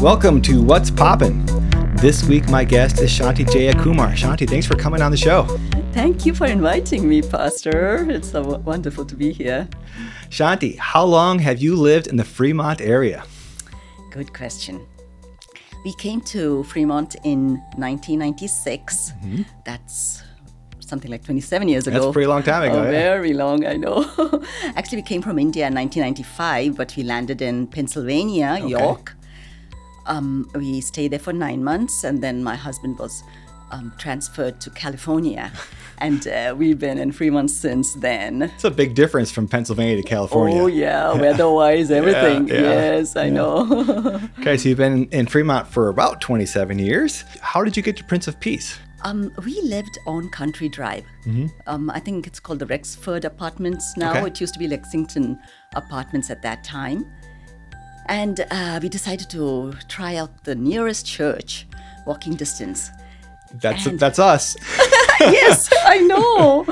Welcome to What's Poppin'. This week, my guest is Shanti Jayakumar. Shanti, thanks for coming on the show. Thank you for inviting me, Pastor. It's so wonderful to be here. Shanti, how long have you lived in the Fremont area? Good question. We came to Fremont in 1996. That's something like 27 years ago. Mm-hmm. That's a pretty long time ago, Oh, yeah. Very long, I know. Actually, we came from India in 1995, but we landed in Pennsylvania, York. Um, we stayed there for nine months, and then my husband was um, transferred to California, and uh, we've been in Fremont since then. It's a big difference from Pennsylvania to California. Oh yeah, weather-wise, everything. yeah, yes, I know. Okay, so you've been in Fremont for about 27 years. How did you get to Prince of Peace? um, we lived on Country Drive. Um, I think it's called the Rexford Apartments now. Mm-hmm. Okay. It used to be Lexington Apartments at that time, and uh, we decided to try out the nearest church, walking distance. That's And- that's us. yes, I know,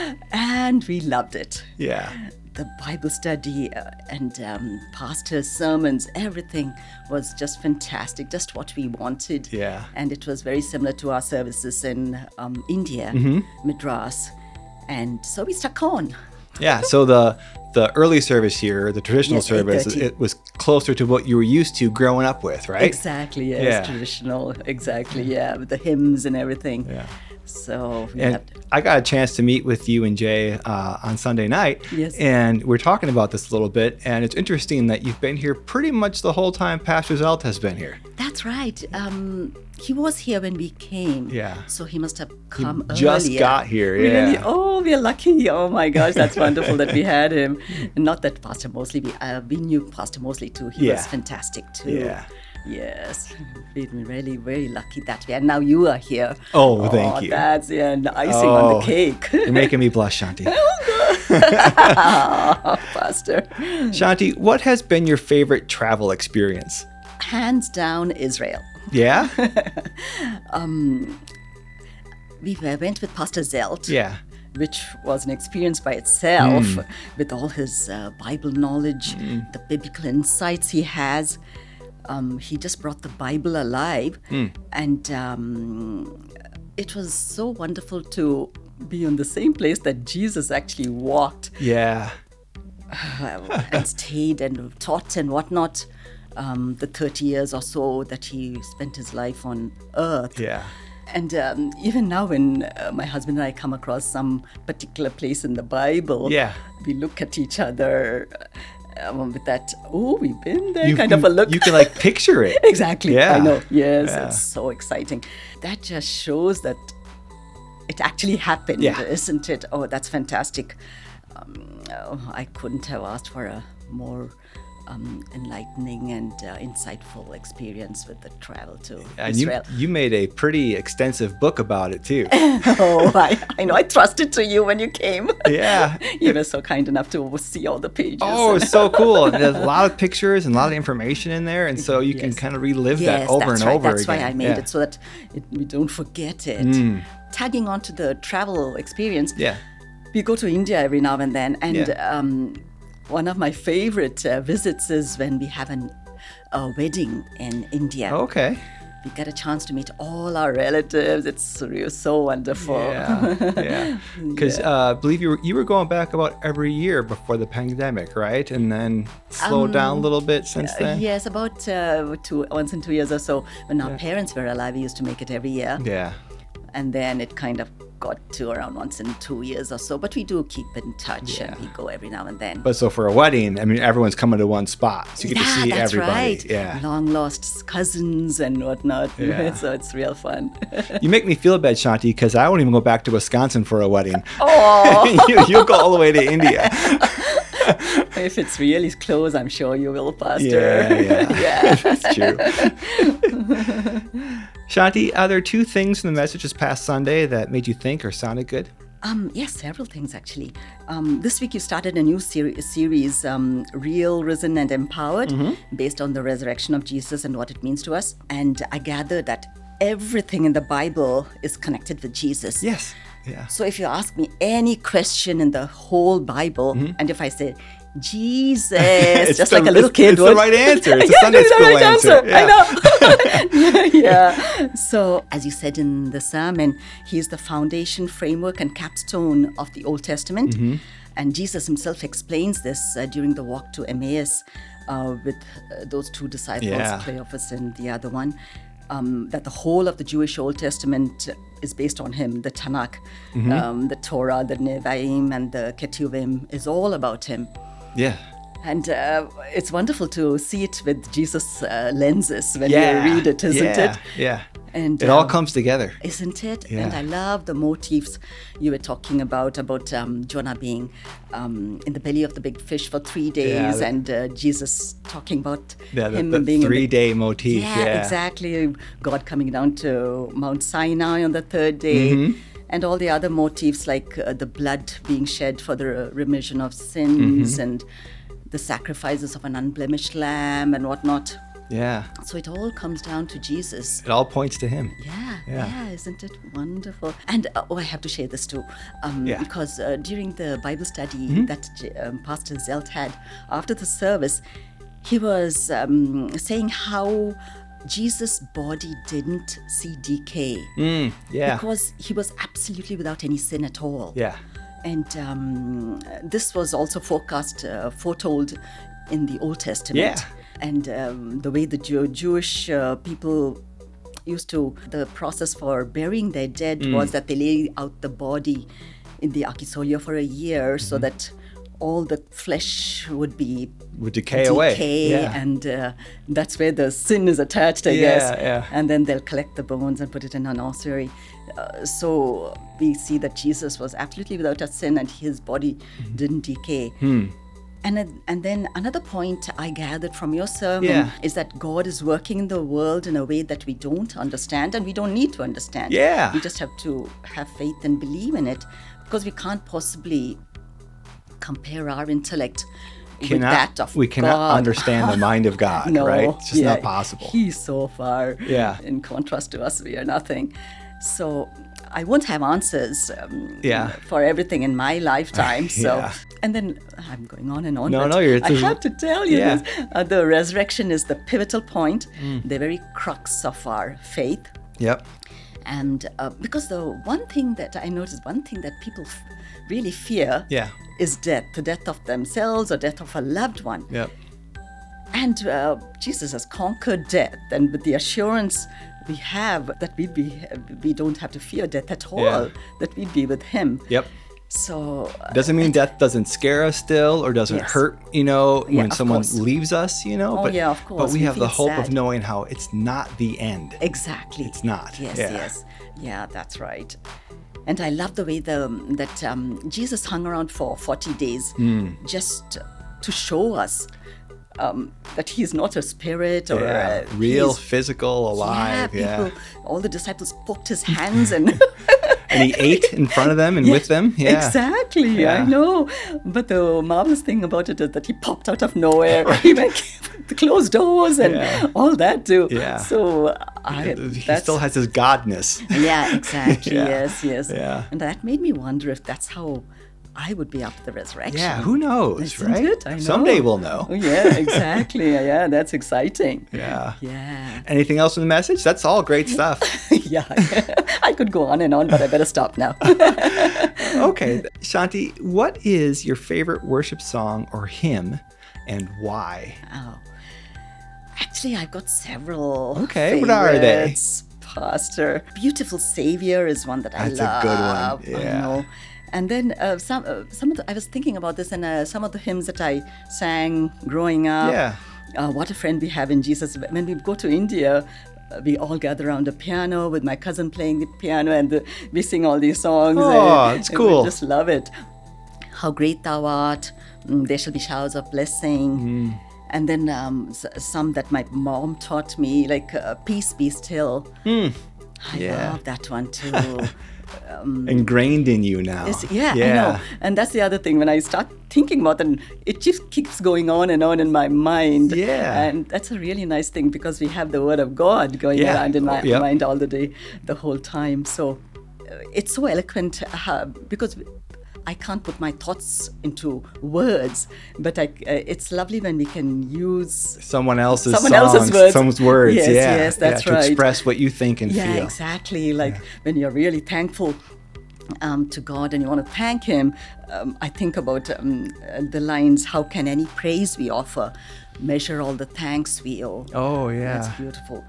and we loved it. Yeah. the Bible study uh, and um, pastor's sermons, everything was just fantastic, just what we wanted. Yeah. And it was very similar to our services in um, India, Mm-hmm. Madras. And so we stuck E-, on. Yeah. So the the early service here, the traditional Yes, service, 8:30. it was closer to what you were used to growing up with, right? Exactly, yes, Yeah. traditional, exactly, yeah, with the hymns and everything. Yeah. So we And loved it. I got a chance to meet with you and Jay uh, on Sunday night. Yes. And we're talking about this a little bit. And it's interesting that you've been here pretty much the whole time Pastor Zelt has been here. That's right. Um, he was here when we came. Yeah. So he must have come Just earlier. got here. Oh, We Yeah. really, oh, we're lucky. Oh my gosh, that's wonderful that we had him. Not that Pastor Mosley, we, uh, we knew Pastor Mosley too. He was Yeah. fantastic too. Yeah. Yes, we've been really, very lucky that way. And now you are here. Oh, thank you. That's yeah, the icing on Oh. the cake. You're making me blush, Shanti. Pastor. Shanti, what has been your favorite travel experience? Hands down, Israel. Yeah? We uh, went with Pastor Zelt. Yeah. which was an experience by itself with all his uh, Bible knowledge, the biblical insights he has. Um, he just brought the Bible alive, and um, it was so wonderful to be in the same place that Jesus actually walked Yeah. uh, and stayed and taught and whatnot. Um, the 30 years or so that he spent his life on earth. Yeah. And um, even now, when uh, my husband and I come across some particular place in the Bible, Yeah. we look at each other um, with that, oh, we've been there You kind can, of a look. You can like picture it. exactly. Yeah. I know. Yes, Yeah. it's so exciting. That just shows that it actually happened, Yeah. isn't it? Oh, that's fantastic. Um, oh, I couldn't have asked for a more um, enlightening and uh, insightful experience with the travel to And you, Israel. you made a pretty extensive book about it too. oh, I, I know. I trusted to you when you came. Yeah. you were so kind enough to see all the pages. Oh, and- it's so cool. And there's a lot of pictures and a lot of information in there. And so you can Yes. kind of relive yes, that over that's and right. over That's again. why I made Yeah. Hmm. it so that it, we don't forget it. Tagging on to the travel experience, Yeah. we go to India every now and then, and Yeah. um, one of my favorite uh, visits is when we have an, a wedding in India. Okay. We get a chance to meet all our relatives. It's really so wonderful. Yeah. Yeah. Because uh, I believe you were, you were going back about every year before the pandemic, right? And then slowed Um, down a little bit since then. Yes, about uh, two, once in two years or so. When our parents were alive, we used to make it every year. Yeah. And then it kind of got to around once in two years or so. But we do keep in touch and we go every now and then. But so for a wedding, I mean, everyone's coming to one spot. So you get to yeah, see that's everybody. right. Yeah. Long lost cousins and whatnot. Yeah. so it's real fun. You make me feel bad, Shanti, because I won't even go back to Wisconsin for a wedding. Oh. you, you'll go all the way to India. if it's really close, I'm sure you will, Pastor. Yeah, yeah. Yeah. That's true. Shanti, are there two things in the message this past Sunday that made you think or sounded good? Um, yes, several things actually. Um, this week you started a new seri- series, um, Real, Risen, and Empowered, Mm-hmm. based on the resurrection of Jesus and what it means to us. And I gather that everything in the Bible is connected with Jesus. Yes. Yeah. So if you ask me any question in the whole Bible, and if I say, Jesus, Mm-hmm. It's just the- like a little it's- kid it's the would. right answer. It's the yeah, Sunday it's the school right answer. answer. I know. yeah. So, as you said in the sermon, he is the foundation, framework, and capstone of the Old Testament. Mm-hmm. And Jesus himself explains this uh, during the walk to Emmaus uh, with uh, those two disciples, Yeah. Cleophas and the other one. Um, that the whole of the Jewish Old Testament is based on him, the Tanakh, Mm-hmm. um, the Torah, the Nevi'im, and the Ketuvim is all about him. Yeah. And uh, it's wonderful to see it with Jesus' uh, lenses when Yeah. you read it, isn't yeah, it? Yeah. And It all um, comes together. isn't it? Yeah. And I love the motifs you were talking about about um, Jonah being um, in the belly of the big fish for three days, the- and uh, Jesus talking about Yeah, the, him the being in the- three-day motif. yeah, Yeah, exactly. God coming down to Mount Sinai on the third day, and all the other motifs like uh, the blood being shed for the remission of sins and the sacrifices of an unblemished lamb and whatnot. Yeah, So it all comes down to Jesus. it all points to him. Yeah, Yeah. yeah, isn't it wonderful? And uh, oh, I have to share this too, um, Yeah. Mm-hmm. because uh, during the Bible study that J- um, Pastor Zelt had after the service, he was um, saying how Jesus' body didn't see decay Mm, yeah, because he was absolutely without any sin at all. yeah, And um, this was also forecast, uh, foretold in the Old Testament. Yeah. And um, the way the Jew- Jewish uh, people used to, the process for burying their dead was that they lay out the body in the Akisolia for a year so that all the flesh would be would decay away. decay, Yeah. and uh, that's where the sin is attached, I Yeah, guess. yeah. And then they'll collect the bones and put it in an ossuary. Uh, so we see that Jesus was absolutely without a sin, and his body Mm-hmm. didn't decay. Hmm. And, then- and then another point I gathered from your sermon Yeah. is that God is working in the world in a way that we don't understand and we don't need to understand. Yeah. We just have to have faith and believe in it because we can't possibly compare our intellect with that of we cannot God. understand the mind of God, no, right? It's just not yeah, possible. He's so far. Yeah. In contrast to us, we are nothing. So I won't have answers um, Yeah. for everything in my lifetime. So, Yeah. and then I'm going on and on. No, but no, you're- it's I a- have to tell you Yeah. Mm. this. Uh, the resurrection is the pivotal point, the very crux of our faith. yep. And uh, because the one thing that I noticed, one thing that people f- really fear Yeah. is death, the death of themselves or death of a loved one. Yep. And uh, Jesus has conquered death, and with the assurance we have that we be, we don't have to fear death at all, that we'd be with Him. Yep. So uh, Doesn't mean death doesn't scare us still or doesn't Yes. hurt, you know, Yeah, when of someone course. leaves us, you know. Oh, but, yeah, of But course. we We have the feel hope of sad. knowing how it's not the end. exactly, It's not. Yes, Yeah. yes, yeah, that's right. And I love the way the that um, Jesus hung around for forty days Hmm. just to show us um, that He is not a spirit or Yeah. a Real, he's- physical, alive. Yeah. people, all the disciples poked his hands and And he ate in front of them and with them. Yeah. Exactly, Yeah. I know. But the marvelous thing about it is that he popped out of nowhere. He went the closed doors and Yeah. all that too. Yeah. So I He that's, still has his godness. yeah, exactly. Yeah. Yes, yes. Yeah. And that made me wonder if that's how I would be after the resurrection. Yeah, who knows, Isn't right? it? I know. Someday we'll Oh, know. yeah, exactly. yeah, that's exciting. Yeah. Yeah. Anything else in the message? That's all great stuff. yeah. I could go on and on, but I better stop now. okay, Shanti, what is your favorite worship song or hymn and why? Oh. Actually, I've got several. Okay, what are they? favorites, Pastor. Beautiful Savior is one that I That's a love. good one, I yeah. know. And then uh, some, uh, some of the, I was thinking about this, and uh, some of the hymns that I sang growing up. Yeah. Uh, what a friend we have in Jesus. When we go to India, uh, we all gather around the piano with my cousin playing the piano, and the, we sing all these songs. Oh, and- it's and we cool. just love it. How great thou art! mm, There shall be showers of blessing. Hmm. And then um, s- some that my mom taught me, like uh, "Peace be still." I Hmm. Yeah. love that one too. Ingrained in you now. It's- yeah, I know. And that's the other thing. When I start thinking about it, it just keeps going on and on in my mind. Yeah. And that's a really nice thing because we have the Word of God going Yeah. around in my Yep. mind all the day, the whole time. So uh, it's so eloquent uh, how- because I can't put my thoughts into words, but I, uh, it's lovely when we can use Someone else's Someone songs, else's words. someone's words. Yes, yeah. yes, that's yeah, To right. express what you think and yeah feel. exactly like when you're really thankful um, to god and you want to thank him um, i think about um, uh, the lines how can any praise we offer measure all the thanks we owe Oh, that's yeah. beautiful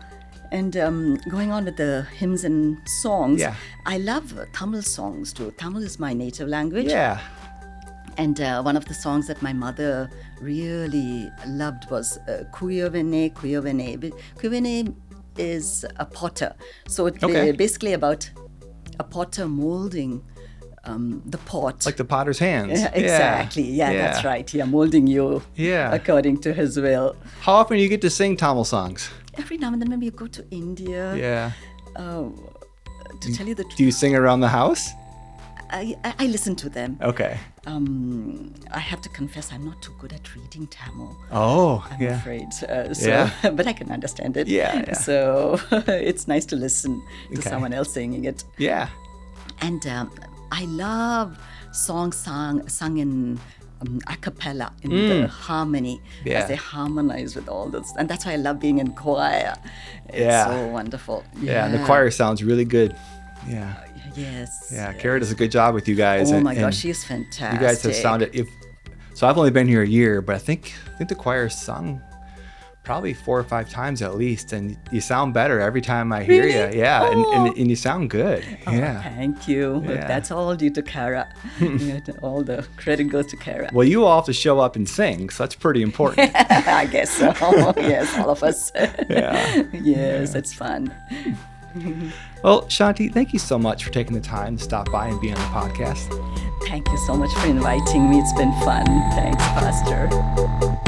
and um, going on with the hymns and songs Yeah. i love uh, tamil songs too tamil is my native language Yeah. and uh, one of the songs that my mother really loved was uh, Kuyovene, Kuyovene. But Kuyovene is a potter. So it's Okay. basically about a potter molding um, the pot. Like the potter's hands. Yeah, exactly. Yeah, that's right. Yeah, molding you Yeah. according to his will. How often do you get to sing Tamil songs? Every now and then, when you go to India, Yeah. to tell you the truth, Do you sing around the house? I, I, I listen to them. Okay. Um, I have to confess, I'm not too good at reading Tamil. Oh, I'm yeah. afraid. Uh, so, Yeah. but I can understand it. Yeah, yeah. So it's nice to listen to Okay. someone else singing it. Yeah. And um, I love songs sung, sung in um, a cappella, in the harmony, Mm. Yeah. as they harmonize with all this. And that's why I love being in choir. It's Yeah. so wonderful. Yeah. And the choir sounds really good. Yeah. Oh, Yes. Yeah. Kara does a good job with you guys. Oh and- my and gosh, she is fantastic. You guys have sounded if so I've only been here a year, but I think I think the choir has sung probably four or five times at least, and you sound better every time I hear Really? you. Yeah, and, Oh. and and you sound good. yeah. Thank you. Look, Yeah. That's all due to Kara. You know, all the credit goes to Kara. Well, you all have to show up and sing, so that's pretty important. I guess so. yes, all of us. yeah. yes, it's fun. Well, Shanti, thank you so much for taking the time to stop by and be on the podcast. Thank you so much for inviting me. It's been fun. Thanks, Pastor.